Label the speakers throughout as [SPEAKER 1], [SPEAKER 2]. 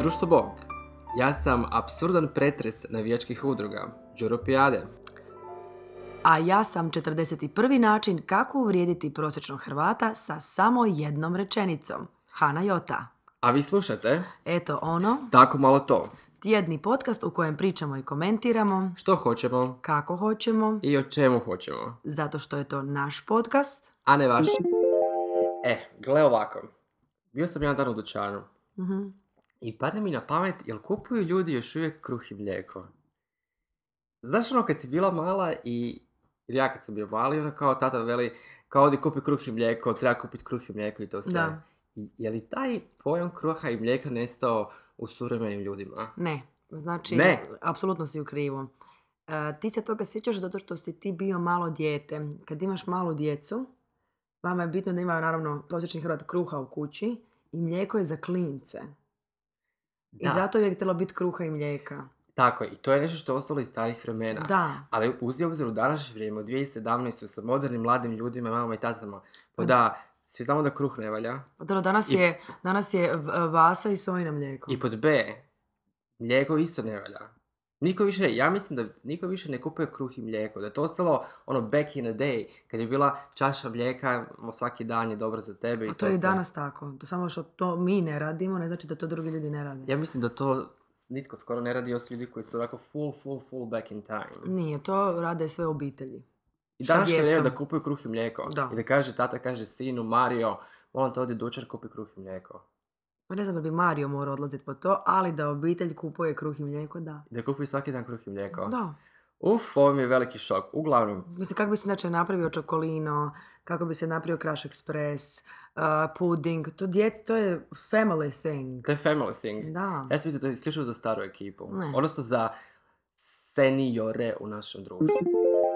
[SPEAKER 1] Društvo Bog. Ja sam absurdan pretres navijačkih udruga. Đuropijade.
[SPEAKER 2] A ja sam 41. način kako uvrijediti prosječnog Hrvata sa samo jednom rečenicom. Hana Jota.
[SPEAKER 1] A vi slušate?
[SPEAKER 2] Eto ono,
[SPEAKER 1] Tako malo to.
[SPEAKER 2] tjedni podcast u kojem pričamo i komentiramo
[SPEAKER 1] Što hoćemo
[SPEAKER 2] kako hoćemo,
[SPEAKER 1] i o čemu hoćemo.
[SPEAKER 2] zato što je to naš podcast.
[SPEAKER 1] A ne vaš. E, gle ovako. Bio sam jedan dan u dućanu.
[SPEAKER 2] Mhm.
[SPEAKER 1] I padne mi na pamet, jel kupuju ljudi još uvijek kruh i mlijeko? Znaš ono kad si bila mala i... Ili ja kad sam bio mali, ono kao tata veli, kao odi kupi kruh i mlijeko, treba kupiti kruh i mlijeko i to sve.
[SPEAKER 2] Da,
[SPEAKER 1] I- Je li taj pojam kruha i mlijeka nestao u suvremenim ljudima?
[SPEAKER 2] ne. Znači,
[SPEAKER 1] Ne.
[SPEAKER 2] apsolutno si u krivu. E, ti se toga sjećaš zato što si ti bio malo dijete. Kad imaš malu djecu, vama je bitno da imaju naravno prosječni Hrvat kruha u kući i mlijeko je za klince.
[SPEAKER 1] Da,
[SPEAKER 2] I zato je uvijek trebalo biti kruha i mlijeka.
[SPEAKER 1] tako je. I to je nešto što je ostalo iz starih vremena.
[SPEAKER 2] Da.
[SPEAKER 1] Ali uzdi obzir u današnje vrijeme, u 2017. sa modernim mladim ljudima, mamama i tatama, pa
[SPEAKER 2] Pa-
[SPEAKER 1] da, svi znamo da kruh ne valja.
[SPEAKER 2] Dobro, danas,
[SPEAKER 1] I-
[SPEAKER 2] je, danas je v- vasa i sojina mlijeko.
[SPEAKER 1] I pod B, mlijeko isto ne valja. Niko više, ja mislim da niko više ne kupuje kruh i mlijeko, da je to ostalo ono back in the day, kad je bila čaša mlijeka, mo, svaki dan je dobro za tebe i
[SPEAKER 2] A Pa to je i
[SPEAKER 1] sve.
[SPEAKER 2] danas tako. Samo što to mi ne radimo, ne znači da to drugi ljudi ne rade.
[SPEAKER 1] Ja mislim da to nitko skoro ne radi osim ljudi koji su onako full, full, full back in time.
[SPEAKER 2] Nije, to rade sve obitelji.
[SPEAKER 1] I
[SPEAKER 2] Sa
[SPEAKER 1] danas je vrijeme
[SPEAKER 2] djecom.
[SPEAKER 1] da kupuju kruh i mlijeko.
[SPEAKER 2] Da.
[SPEAKER 1] I da kaže, tata kaže sinu, Mario, molim te odi u dućan, kupi kruh i mlijeko.
[SPEAKER 2] Pa ne znam da bi Mario morao odlaziti po to, ali da obitelj kupuje kruh i mlijeko, da.
[SPEAKER 1] I da kupuju svaki dan kruh i mlijeko.
[SPEAKER 2] Da.
[SPEAKER 1] Uf, ovo mi je veliki šok. Uglavnom,
[SPEAKER 2] Mislim, kako bi se inače napravio čokolino, kako bi se napravio kraš ekspres, uh, puding, to, djet, to je family thing.
[SPEAKER 1] to je family thing.
[SPEAKER 2] Da.
[SPEAKER 1] Ja sam mislio da je isključivo za staru ekipu.
[SPEAKER 2] Ne.
[SPEAKER 1] Odnosno za seniore u našem društvu.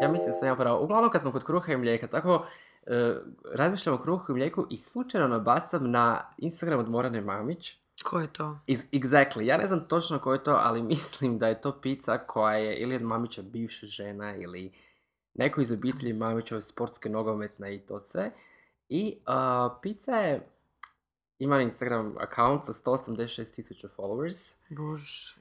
[SPEAKER 1] Ja mislim da sam ja pravo. Uglavnom kad smo kod kruha i mlijeka, tako e, razmišljam o kruhu i mlijeku i slučajno nabasam na Instagram od Morane Mamić.
[SPEAKER 2] Ko je to?
[SPEAKER 1] Iz, exactly. Ja ne znam točno ko je to, ali mislim da je to pizza koja je ili od Mamića bivša žena ili neko iz obitelji Mamićove sportske nogometne i to sve. I a, pizza je, ima Instagram account sa 186 tisuća followers.
[SPEAKER 2] Bože.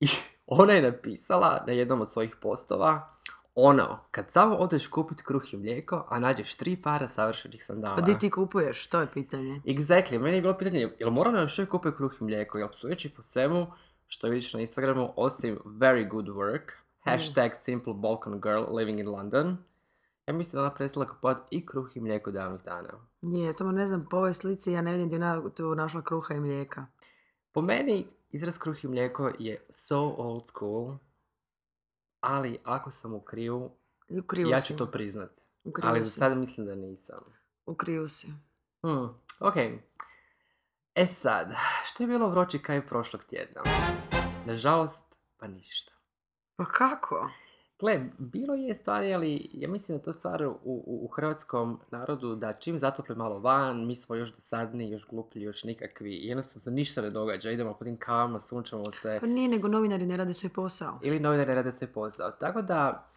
[SPEAKER 1] I ona je napisala na jednom od svojih postova ono, kad samo odeš kupit kruh i mlijeko, a nađeš tri para savršenih sandala.
[SPEAKER 2] Pa di ti kupuješ, to je pitanje.
[SPEAKER 1] Exactly, meni je bilo pitanje, jel moram nam što kupe kruh i mlijeko, jel sudeći po svemu što vidiš na Instagramu, osim very good work,
[SPEAKER 2] Mm.
[SPEAKER 1] hashtag simple Balkan girl living in London, ja mislim da ona prestala kupovati i kruh i mlijeko davnih dana.
[SPEAKER 2] Nije, samo ne znam, po ovoj slici ja ne vidim gdje je ona tu našla kruha i mlijeka.
[SPEAKER 1] Po meni, izraz kruh i mlijeko je so old school, ali ako sam u krivu,
[SPEAKER 2] I U krivu
[SPEAKER 1] ja
[SPEAKER 2] si.
[SPEAKER 1] ću to priznat.
[SPEAKER 2] U krivu
[SPEAKER 1] Ali za
[SPEAKER 2] si.
[SPEAKER 1] sada mislim da nisam.
[SPEAKER 2] U krivu si.
[SPEAKER 1] Hmm, ok. E sad, što je bilo vroći kaj prošlog tjedna? Nažalost, pa ništa.
[SPEAKER 2] Pa kako?
[SPEAKER 1] Gle, bilo je stvari, ali ja mislim da to stvar u, u, u hrvatskom narodu da čim zatople malo van, mi smo još dosadni, još gluplji, još nikakvi. i Jednostavno ništa ne događa, idemo po tim kavama, sunčamo se
[SPEAKER 2] Pa nije nego novinari ne rade svoj posao.
[SPEAKER 1] ili novinari ne rade svoj posao. Tako da,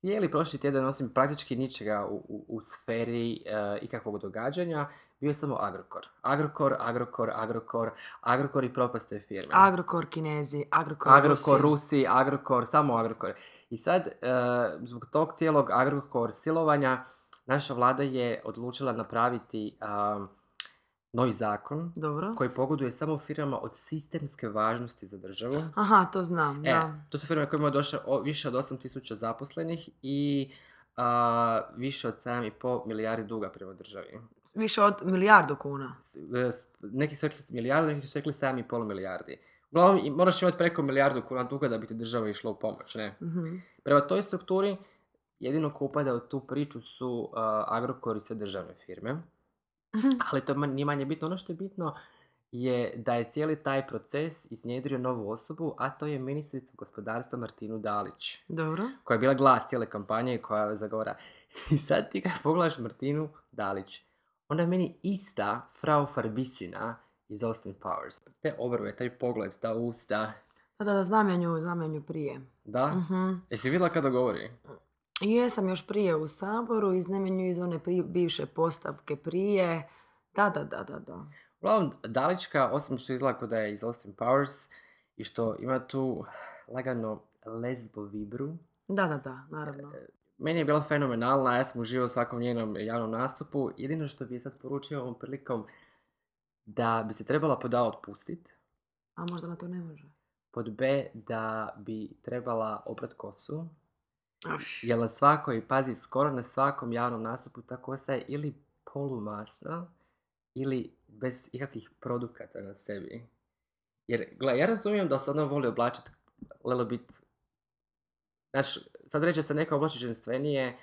[SPEAKER 1] cijeli prošli tjedan, osim praktički ničega u, u, u sferi e, ikakvog događanja, bio je samo Agrokor. Agrokor, Agrokor, Agrokor, Agrokor i propaste firme.
[SPEAKER 2] Agrokor Kinezi, Agrokor,
[SPEAKER 1] Agrokor,
[SPEAKER 2] Rusi.
[SPEAKER 1] Rusi, Agrokor, samo Agrokor. I sad, e, zbog tog cijelog Agrokor silovanja, naša vlada je odlučila napraviti um, novi zakon
[SPEAKER 2] Dobro.
[SPEAKER 1] koji pogoduje samo firmama od sistemske važnosti za državu.
[SPEAKER 2] Aha, to znam,
[SPEAKER 1] E,
[SPEAKER 2] da.
[SPEAKER 1] to su firme koje imaju došle o- više od 8000 zaposlenih i a, više od 7,5 milijardi duga prema državi.
[SPEAKER 2] Više od milijardu kuna.
[SPEAKER 1] S- e, s- Neki su rekli milijardu, neki su rekli 7,5 milijardi. Uglavnom, i- moraš imati preko milijardu kuna duga da bi ti država išla u pomoć, ne?
[SPEAKER 2] Mhm.
[SPEAKER 1] Prema toj strukturi, jedino ko upada u tu priču su a, Agrokor i sve državne firme. Ali to man- nije manje bitno. Ono što je bitno je da je cijeli taj proces iznjedrio novu osobu, a to je ministricu gospodarstva Martinu Dalić
[SPEAKER 2] Dobro.
[SPEAKER 1] koja je bila glas cijele kampanje i koja zagovara. I sad ti kad pogledaš Martinu Dalić, onda je meni ista Frau Farbisina iz Austin Powers. Te obrve, taj pogled, ta usta.
[SPEAKER 2] Da, da, da, znam ja nju, znam ja nju prije.
[SPEAKER 1] Da?
[SPEAKER 2] Mhm.
[SPEAKER 1] Jesi vidjela kada govori?
[SPEAKER 2] I jesam još prije u Saboru i znam ja nju iz one pri- bivše postavke prije. Da, da, da, da, da.
[SPEAKER 1] Uglavnom, Dalička, osim što izgleda kao da je iz Austin Powers i što ima tu lagano lesbo vibru,
[SPEAKER 2] Da, da, da, naravno.
[SPEAKER 1] E, meni je bila fenomenalna, ja sam uživao u svakom njenom javnom nastupu. Jedino što bi sad poručio ovom prilikom, da bi se trebala pod A otpustit,
[SPEAKER 2] A možda na to ne može.
[SPEAKER 1] pod B da bi trebala oprat kosu,
[SPEAKER 2] Ah,
[SPEAKER 1] jer na svakoj, pazi, skoro na svakom javnom nastupu ta kosa je ili polumasna ili bez ikakvih produkata na sebi. Jer, gle, ja razumijem da se ona voli oblačiti lelo bit... Znaš, sad reći da se neka oblači ženstvenije,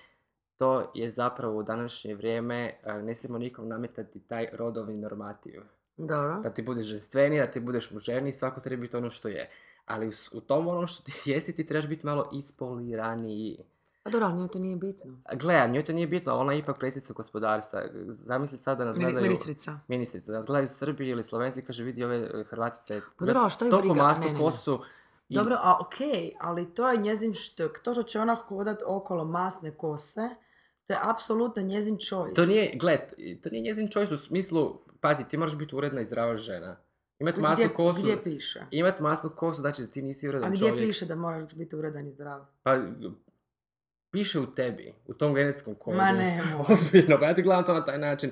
[SPEAKER 1] to je zapravo u današnje vrijeme, e, ne smijemo nikom nametati taj rodovni normativ
[SPEAKER 2] Dobro.
[SPEAKER 1] da ti budeš ženstveniji, da ti budeš mužerniji, svako treba biti ono što je. Ali u, s- u tom onom što ti jesi, ti trebaš biti malo ispoliraniji.
[SPEAKER 2] A Pa dobro, ali njoj to nije bitno.
[SPEAKER 1] A Gle, a njoj to nije bitno, ali ona je ipak predsjednica gospodarstva. Zamisli sad da nas
[SPEAKER 2] Mini-
[SPEAKER 1] Pa gledaju...
[SPEAKER 2] Ministrica. Pa
[SPEAKER 1] Ministrica, da nas gledaju Srbi ili Slovenci, kaže vidi ove e, Hrvatice.
[SPEAKER 2] Pa
[SPEAKER 1] imaju
[SPEAKER 2] dobro, a što je
[SPEAKER 1] Toliko
[SPEAKER 2] briga?
[SPEAKER 1] masnu
[SPEAKER 2] Ne, ne, ne.
[SPEAKER 1] kosu. i-
[SPEAKER 2] Dobro, a okej, ali to je njezin štok. To što će ona hodat okolo masne kose, to je apsolutno njezin choice.
[SPEAKER 1] To nije, gle, to- to nije njezin choice u smislu, pazi, ti moraš biti uredna i zdrava žena. Imat masnu
[SPEAKER 2] gdje,
[SPEAKER 1] kosu,
[SPEAKER 2] Gdje piše?
[SPEAKER 1] imat masnu kosu, znači da ti nisi uredan
[SPEAKER 2] A gdje
[SPEAKER 1] čovjek.
[SPEAKER 2] piše da moraš biti uredan i zdrav?
[SPEAKER 1] Pa, piše u tebi, u tom genetskom kodu.
[SPEAKER 2] Ma nemoj.
[SPEAKER 1] Ozbiljno, pa ja ti gledam to na taj način.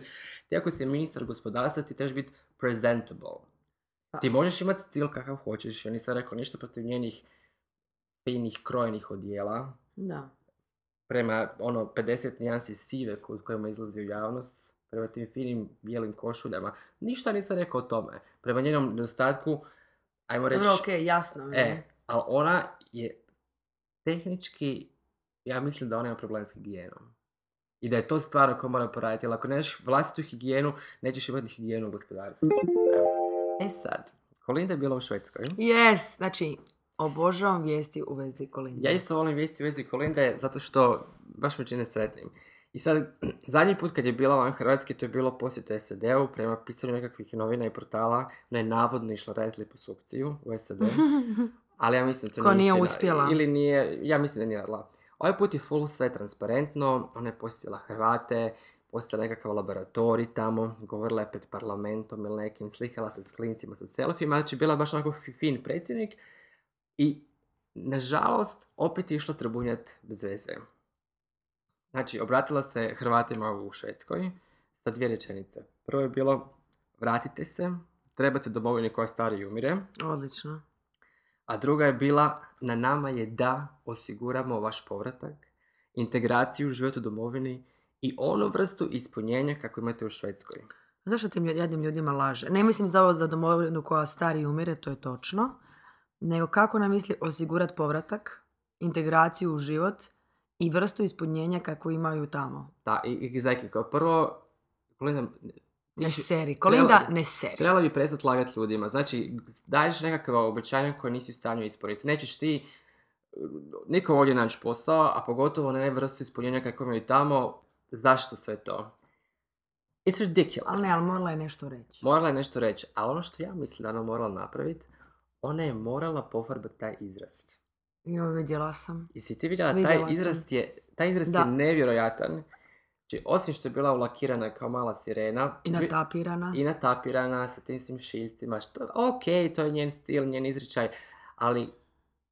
[SPEAKER 1] Ti ako si ministar gospodarstva, ti trebaš biti presentable.
[SPEAKER 2] Pa-
[SPEAKER 1] Ti možeš imati stil kakav hoćeš, ja nisam rekao ništa protiv njenih finih krojenih odjela,
[SPEAKER 2] Da.
[SPEAKER 1] prema ono 50 nijansi sive ko- kojima izlazi u javnost, prema tim finim bijelim košuljama. Ništa nisam rekao o tome. Prema njenom nedostatku, ajmo reći...
[SPEAKER 2] Dobro, okej, jasno mi
[SPEAKER 1] E,
[SPEAKER 2] je.
[SPEAKER 1] ali ona je tehnički, ja mislim da ona ima problem s higijenom. I da je to stvar na kojoj mora poraditi. Jer ako nemaš vlastitu higijenu, nećeš imati higijenu u gospodarstvu. Evo. E sad, Kolinda je bila u Švedskoj.
[SPEAKER 2] Yes, znači, obožavam vijesti u vezi kolinde.
[SPEAKER 1] Ja isto volim vijesti u vezi Kolinde zato što baš me čine sretnim. I sad, zadnji put kad je bila van Hrvatske, to je bilo posjet SAD-u, prema pisanju nekakvih novina i portala, ona je navodno išla raditi liposukciju u SAD.
[SPEAKER 2] Mhm.
[SPEAKER 1] Ali ja mislim da to
[SPEAKER 2] Ko nije
[SPEAKER 1] istina.
[SPEAKER 2] uspjela.
[SPEAKER 1] Ili nije, ja mislim da nije radila. Ovaj put je full sve transparentno, ona je posjetila Hrvate, posjetila nekakav laboratorij tamo, govorila je pred parlamentom ili nekim, slikala se s klincima, sa selfijima, znači bila je baš onako fi- fin predsjednik i nažalost opet je išla tribunjat bez veze. Znači, obratila se Hrvatima u Švedskoj sa dvije rečenice. Prvo je bilo, vratite se, trebate domovine koja stari i umire.
[SPEAKER 2] Odlično.
[SPEAKER 1] A druga je bila, na nama je da osiguramo vaš povratak, integraciju, život u domovini i onu vrstu ispunjenja kako imate u Švedskoj.
[SPEAKER 2] Zašto tim ljud- jadnim ljudima laže? Ne mislim za ovo da domovinu koja stari umire, to je točno, nego kako nam misli osigurat povratak, integraciju u život i vrstu ispunjenja kako imaju tamo.
[SPEAKER 1] Da, i, i exactly. Kao prvo, Kolinda,
[SPEAKER 2] Ne seri. Kolinda, ne seri.
[SPEAKER 1] trebala bi prestati lagati ljudima. Znači, daješ nekakva obećanja koja nisi u stanju ispuniti. Nećeš ti nikom ovdje naći posao, a pogotovo ne vrstu ispunjenja kako imaju tamo. Zašto sve to? It's ridiculous.
[SPEAKER 2] Ali ne, ali morala je nešto reći.
[SPEAKER 1] Morala je nešto reći, ali ono što ja mislim da ona morala napraviti, ona je morala pofarbati taj izraz.
[SPEAKER 2] Jo, vidjela sam.
[SPEAKER 1] Jesi ti vidjela,
[SPEAKER 2] Vidjela
[SPEAKER 1] taj izraz je, taj izraz
[SPEAKER 2] Da.
[SPEAKER 1] je nevjerojatan. Znači, osim što je bila ulakirana kao mala sirena,
[SPEAKER 2] I
[SPEAKER 1] vi-
[SPEAKER 2] natapirana.
[SPEAKER 1] i natapirana sa tim svim šiljcima, što, ok, to je njen stil, njen izričaj, ali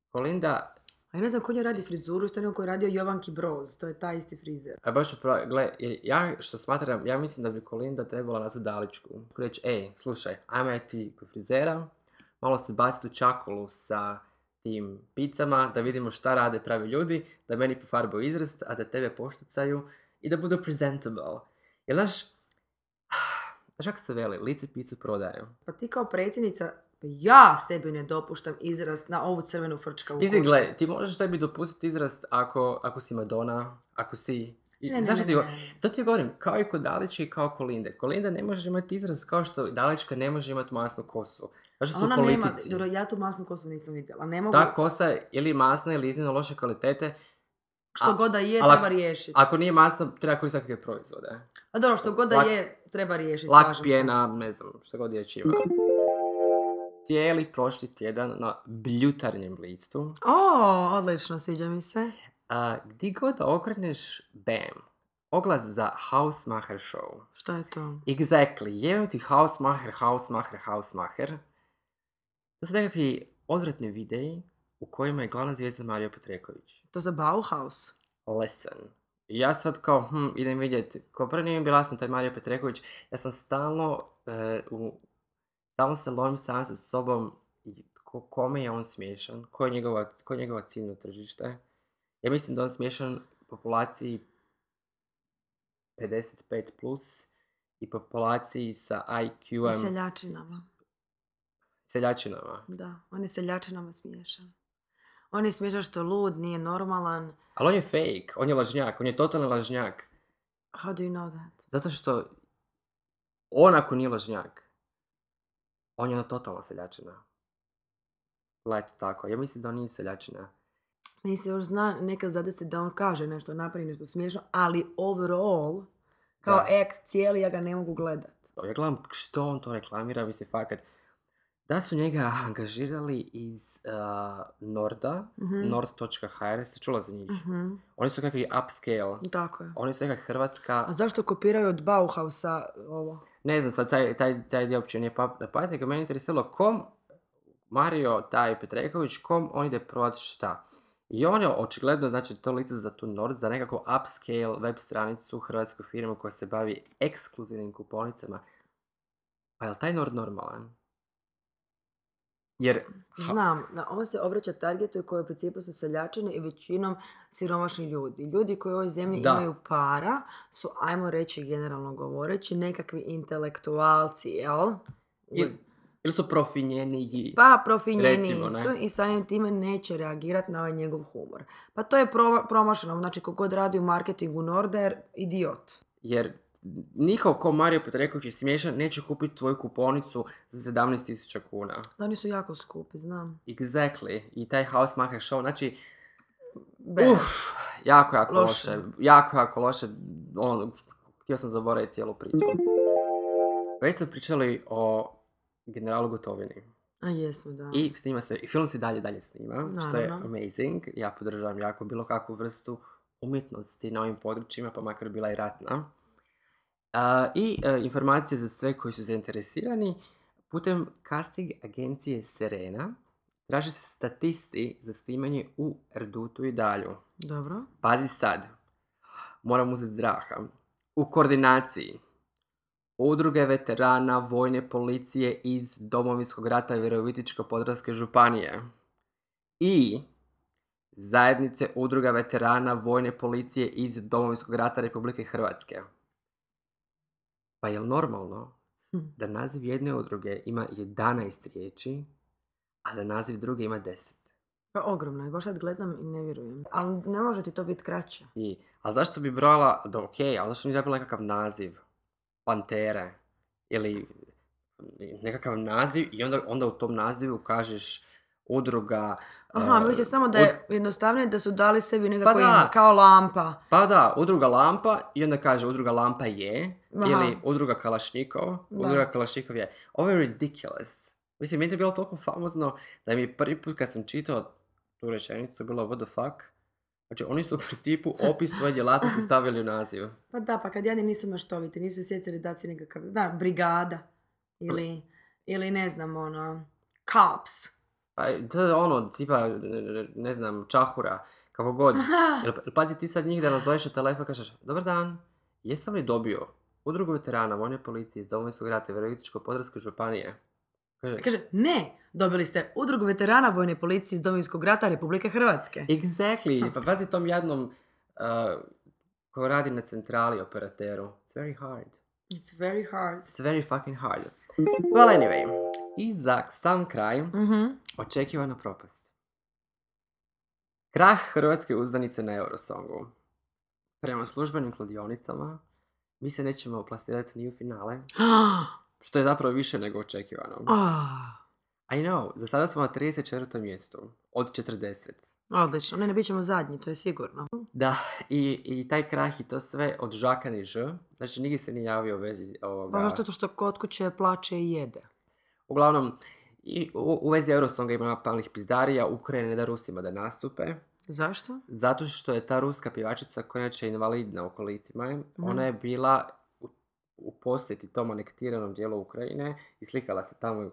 [SPEAKER 1] Kolinda,
[SPEAKER 2] A ja ne znam ko njoj radi frizuru, isto neko je radio Jovanki Broz, to je taj isti frizer.
[SPEAKER 1] a baš upravo, gle, jer ja što smatram, ja mislim da bi Kolinda trebala nazvati Daličku. Reći, ej, slušaj, ajmo ja ti kod frizera, malo se baciti u čakolu sa tim picama, da vidimo šta rade pravi ljudi, da meni pofarbaju izraz, a da tebe poštucaju i da budu presentable. Jer znaš, znaš kako se veli, lice picu prodaje.
[SPEAKER 2] Pa ti kao predsjednica, pa ja sebi ne dopuštam izrast na ovu crvenu frčka u
[SPEAKER 1] Mislim,
[SPEAKER 2] kosu.
[SPEAKER 1] gle, ti možeš sebi dopustiti izraz ako, ako si Madonna, ako si... i-
[SPEAKER 2] Ne, ne,
[SPEAKER 1] znaš
[SPEAKER 2] ne,
[SPEAKER 1] što ti
[SPEAKER 2] ne,
[SPEAKER 1] go-
[SPEAKER 2] ne.
[SPEAKER 1] To ti govorim, kao i kod Dalića i kao Kolinde. Kolinda ne može imati izraz kao što Dalička ne može imati masnu kosu. Znaš što su
[SPEAKER 2] Ona
[SPEAKER 1] u
[SPEAKER 2] nema,
[SPEAKER 1] politici.
[SPEAKER 2] dobro, ja tu masnu kosu nisam vidjela, ne mogu,
[SPEAKER 1] Ta kosa je ili masna ili iznimno loše kvalitete.
[SPEAKER 2] što
[SPEAKER 1] a-
[SPEAKER 2] god da je,
[SPEAKER 1] ali
[SPEAKER 2] treba
[SPEAKER 1] ako-
[SPEAKER 2] riješiti.
[SPEAKER 1] Ako nije masna, treba koristiti kakve proizvode.
[SPEAKER 2] A dobro, što god da
[SPEAKER 1] Lak-
[SPEAKER 2] je, treba riješiti,
[SPEAKER 1] Lak
[SPEAKER 2] slažem se.
[SPEAKER 1] pjena, ne znam, što god je čima. Cijeli prošli tjedan na bljutarnjem listu.
[SPEAKER 2] O, odlično, sviđa mi se.
[SPEAKER 1] A, gdje god da okreneš, bam. oglas za Hausmacher show.
[SPEAKER 2] Šta je to?
[SPEAKER 1] Exactly, jevim ti Hausmacher, Hausmacher, Hausmacher. To su nekakvi odvratni videi u kojima je glavna zvijezda Mario Petreković.
[SPEAKER 2] To za Bauhaus.
[SPEAKER 1] Listen. I Ja sad kao, hm, idem vidjeti. Kao prvo nije mi bilo jasno taj Mario Petreković. Ja sam stalno, e, u, stalno se lovim sam sa sobom i ko, kome je on smiješan, ko je njegova, ko je njegova ciljno tržište. Ja mislim da je on smiješan populaciji 55+, plus i populaciji sa
[SPEAKER 2] I
[SPEAKER 1] IQ-em,
[SPEAKER 2] seljačinama.
[SPEAKER 1] seljačinama.
[SPEAKER 2] Da, on je seljačinama smiješan. On je smiješan što je lud, nije normalan.
[SPEAKER 1] Ali on je fake, on je lažnjak, on je totalni lažnjak.
[SPEAKER 2] How do you know that?
[SPEAKER 1] Zato što on ako nije lažnjak, on je ona totalna seljačina. Gledaj to tako. Ja mislim da on nije seljačina.
[SPEAKER 2] Meni se još zna nekad zadesi da on kaže nešto, napravi nešto smiješno, ali overall, kao
[SPEAKER 1] Da.
[SPEAKER 2] act cijeli, ja ga ne mogu gledat.
[SPEAKER 1] Ja gledam što on to reklamira, bi se fakat... Da su njega angažirali iz uh, Norda,
[SPEAKER 2] Mhm.
[SPEAKER 1] nord.hr, se čula za njih.
[SPEAKER 2] Mhm,
[SPEAKER 1] Oni su kakvi upscale.
[SPEAKER 2] Tako je.
[SPEAKER 1] Oni su neka hrvatska...
[SPEAKER 2] A zašto kopiraju od Bauhausa ovo?
[SPEAKER 1] Ne znam, sad taj, taj, taj dio uopće nije pap na pamet, nego mene interesiralo kom Mario, taj Petreković, kom on ide provat šta. I on je očigledno, znači, to lice za tu Nord, za nekako upscale web stranicu hrvatsku firmu koja se bavi ekskluzivnim kuponicama. Pa je li taj Nord normalan? Jer, Ha.
[SPEAKER 2] Znam, na- on se obraća targetu koji u principu su seljačine i većinom siromašni ljudi. Ljudi koji u ovoj zemlji
[SPEAKER 1] Da.
[SPEAKER 2] imaju para su, ajmo reći generalno govoreći, nekakvi intelektualci, jel?
[SPEAKER 1] ili, ili su profinjeniji.
[SPEAKER 2] Pa profinjeniji
[SPEAKER 1] Recimo, ne.
[SPEAKER 2] su i samim time neće reagirati na ovaj njegov humor. Pa to je prova- promašeno, znači kogod radi u marketingu Norda je idiot.
[SPEAKER 1] Jer niko ko Mario Petreković je smiješan neće kupiti tvoju kuponicu za 17.000 kuna.
[SPEAKER 2] Da, Oni su jako skupi, znam.
[SPEAKER 1] Exactly. I taj Housemaker show, znači,
[SPEAKER 2] Bad.
[SPEAKER 1] uff, jako, jako
[SPEAKER 2] Loše.
[SPEAKER 1] loše. Jako, jako loše. Ono, htio sam zaboraviti cijelu priču. Već smo pričali o generalu Gotovini.
[SPEAKER 2] A jesmo, da.
[SPEAKER 1] I snima se, i film se dalje, dalje snima, što je
[SPEAKER 2] Naravno.
[SPEAKER 1] amazing. Ja podržavam jako bilo kakvu vrstu umjetnosti na ovim područjima, pa makar bila i ratna. A, I e, informacije za sve koji su zainteresirani putem casting agencije Serena traže se statisti za snimanje u Erdutu i dalju.
[SPEAKER 2] Dobro.
[SPEAKER 1] Pazi sad, moram uzeti zdraha. U koordinaciji udruge veterana vojne policije iz Domovinskog rata Virovitičko-Podravske županije i zajednice udruga veterana vojne policije iz Domovinskog rata Republike Hrvatske. Pa je normalno
[SPEAKER 2] Hm.
[SPEAKER 1] da naziv jedne udruge ima 11 riječi, a da naziv druge ima 10?
[SPEAKER 2] Pa ogromno je, baš sad gledam i ne vjerujem. Ali ne može ti to biti kraće.
[SPEAKER 1] I, a zašto bi brojala, da ok, ali zašto nije dobila nekakav naziv? Pantere. Ili nekakav naziv i onda, onda u tom nazivu kažeš udruga...
[SPEAKER 2] Aha,
[SPEAKER 1] e,
[SPEAKER 2] mislim samo da
[SPEAKER 1] ud-
[SPEAKER 2] je jednostavnije da su dali sebi nekako
[SPEAKER 1] Pa
[SPEAKER 2] ime,
[SPEAKER 1] da.
[SPEAKER 2] kao lampa.
[SPEAKER 1] Pa da, udruga Lampa i onda kaže udruga Lampa je,
[SPEAKER 2] Aha.
[SPEAKER 1] ili udruga Kalašnikov,
[SPEAKER 2] Da.
[SPEAKER 1] udruga Kalašnikov je. Ovo je ridiculous. Mislim, meni je to bilo toliko famozno da mi je prvi put kad sam čitao tu rečenicu, to je bilo what the fuck. Znači, oni su u principu opis svoje djelatnosti stavili u naziv.
[SPEAKER 2] Pa da, pa kad jadni nisu maštoviti, nisu se sjetili dati si nekakav, da, brigada. Ili, ili ne znam, ono, cops.
[SPEAKER 1] Pa, to je ono, tipa, ne znam, čahura, kako god. Jel, jel pazi ti sad njih da nazoveš na telefon i kažeš, dobar dan, jesam li dobio udrugu veterana vojne policije iz Domovinskog rata Virovitičko-Podravske županije? Kaže,
[SPEAKER 2] Kaže, ne, dobili ste udrugu veterana vojne policije iz Domovinskog rata Republike Hrvatske.
[SPEAKER 1] Exactly, pa pazi tom jadnom uh, ko radi na centrali operateru. It's very hard.
[SPEAKER 2] It's very hard.
[SPEAKER 1] It's very fucking hard. Well, anyway, i za sam kraj,
[SPEAKER 2] Mhm.
[SPEAKER 1] očekivana propast. Krah hrvatske uzdanice na Eurosongu. Prema službenim kladionicama, mi se nećemo plasirati ni u finale, što je zapravo više nego očekivano.
[SPEAKER 2] Ah,
[SPEAKER 1] I know, za sada smo na 34. mjestu, od 40.
[SPEAKER 2] odlično. Ne, ne, bit ćemo zadnji, to je sigurno.
[SPEAKER 1] Da, i, i taj krah i to sve od žaka ni ž, znači nigdje se nije javio u vezi ovoga.
[SPEAKER 2] Pa što to što kod kuće plače i jede.
[SPEAKER 1] Uglavnom, i u, u vezi Eurosonga ima palnih pizdarija, Ukrajine ne da Rusima da nastupe.
[SPEAKER 2] Zašto?
[SPEAKER 1] Zato što je ta ruska pjevačica koja je inače invalidna u kolitima, je,
[SPEAKER 2] Mhm.
[SPEAKER 1] ona je bila u, u posjeti tom anektiranom dijelu Ukrajine i slikala se tamo i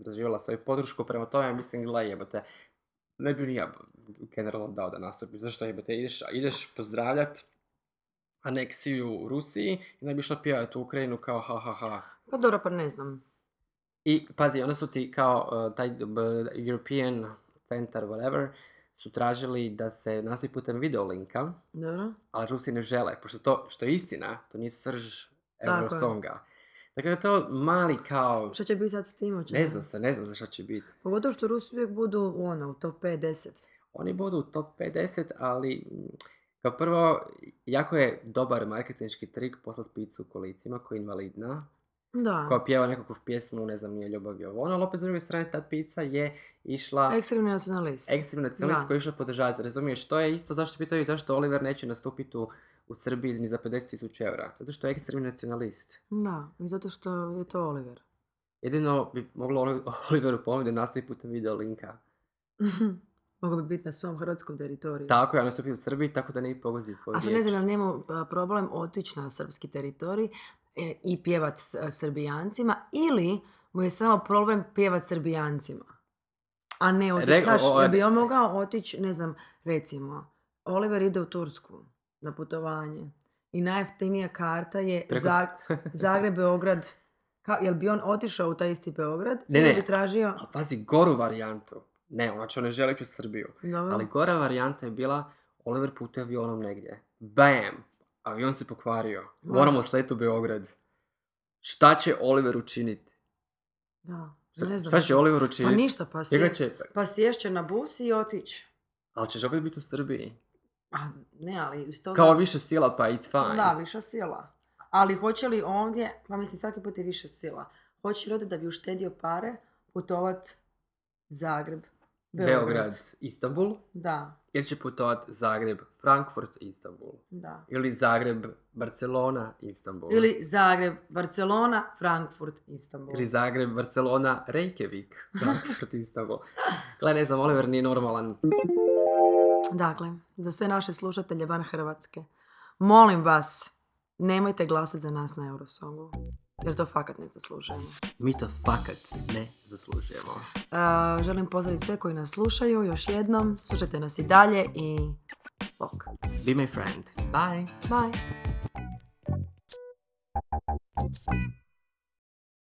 [SPEAKER 1] izraživala svoju podršku. Prema tome, mislim, gledaj jebote, ne bi ni ja generalno dao da nastupi. Zašto jebote, ideš, ideš pozdravljat aneksiju u Rusiji i onda bi išla pjevati u Ukrajinu kao ha ha ha.
[SPEAKER 2] Pa dobro, pa ne znam.
[SPEAKER 1] I pazi, onda su ti kao uh, taj b, European Center, whatever, su tražili da se nastavi putem videolinka,
[SPEAKER 2] Dobro.
[SPEAKER 1] ali Rusi ne žele, pošto to što je istina, to nije srž
[SPEAKER 2] Tako je.
[SPEAKER 1] Eurosonga. Dakle, to je mali kao,
[SPEAKER 2] Šta će biti sad s tim? hoće
[SPEAKER 1] ne
[SPEAKER 2] li?
[SPEAKER 1] znam se, ne znam za šta će biti.
[SPEAKER 2] Pogotovo što Rusi uvijek budu ono, u top 50.
[SPEAKER 1] Oni budu u top 50, ali mm, kao prvo, jako je dobar marketinški trik poslat picu u kolicima koja je invalidna,
[SPEAKER 2] Da.
[SPEAKER 1] koja pjeva nekakvu pjesmu, ne znam, nije ljubav je ovo, ono, ali opet s druge strane ta pica je išla...
[SPEAKER 2] Ekstremni nacionalist.
[SPEAKER 1] ekstremni nacionalist
[SPEAKER 2] Da.
[SPEAKER 1] koji je išla podržavati, razumiješ, to je isto zašto pitaju zašto Oliver neće nastupiti u, u Srbiji ni za 50.000 eura, zato što je ekstremni nacionalist.
[SPEAKER 2] Da, i zato što je to Oliver.
[SPEAKER 1] Jedino bi moglo Oli- Oliveru ponuditi da nastavi putem video linka. Mhm.
[SPEAKER 2] Mogu bi biti na svom hrvatskom teritoriju.
[SPEAKER 1] Tako je, on nastupi u Srbiji, tako da ne pogozi svoju
[SPEAKER 2] A sad ne
[SPEAKER 1] riječ.
[SPEAKER 2] znam, je li njemu a, problem otići na srpski teritorij e, i pjevat s a, srbijancima ili mu je samo problem pjevat srbijancima? A ne otići,
[SPEAKER 1] Rekao-
[SPEAKER 2] znaš,
[SPEAKER 1] o-
[SPEAKER 2] da bi on mogao otići, ne znam, recimo, Oliver ide u Tursku na putovanje i najjeftinija karta je
[SPEAKER 1] Preko-
[SPEAKER 2] Zag- Zagreb, Beograd. Ka, jel bi on otišao u taj isti Beograd?
[SPEAKER 1] Ne,
[SPEAKER 2] ili
[SPEAKER 1] ne.
[SPEAKER 2] bi tražio...
[SPEAKER 1] A pazi, goru varijantu. Ne, znači on ne želi ići u Srbiju.
[SPEAKER 2] Dobro.
[SPEAKER 1] Ali gora varijanta je bila Oliver putuje avionom negdje. Bam! Avion se pokvario. Moramo slet u Beograd. Šta će Oliver učiniti?
[SPEAKER 2] Da, ne znam.
[SPEAKER 1] Šta će Oliver
[SPEAKER 2] Pa
[SPEAKER 1] učiniti?
[SPEAKER 2] ništa, pa, sje...
[SPEAKER 1] Njega će,
[SPEAKER 2] pa sješće na bus i otići.
[SPEAKER 1] Ali ćeš opet biti u Srbiji.
[SPEAKER 2] A, ne, ali iz toga...
[SPEAKER 1] Kao više stila, pa it's fine.
[SPEAKER 2] Da, viša sila. Ali hoće li ovdje, pa mislim svaki put je više sila, hoće li ovdje da bi uštedio pare putovat Zagreb, Beograd.
[SPEAKER 1] Beograd, Istanbul,
[SPEAKER 2] Da,
[SPEAKER 1] jer će putovat Zagreb, Frankfurt, Istanbul.
[SPEAKER 2] da.
[SPEAKER 1] Ili Zagreb, Barcelona, Istanbul.
[SPEAKER 2] Ili Zagreb, Barcelona, Frankfurt, Istanbul.
[SPEAKER 1] Ili Zagreb, Barcelona, Reykjavik, Frankfurt, Istanbul. Gle, ne znam, Oliver nije normalan.
[SPEAKER 2] Dakle, za sve naše slušatelje van Hrvatske, molim vas, nemojte glasati za nas na Eurosongu. Jer to fakat ne zaslužujemo.
[SPEAKER 1] Mi to fakat ne zaslužujemo.
[SPEAKER 2] E, želim pozdraviti sve koji nas slušaju još jednom. Slušajte nas i dalje i bok.
[SPEAKER 1] Be my friend. Bye.
[SPEAKER 2] Bye.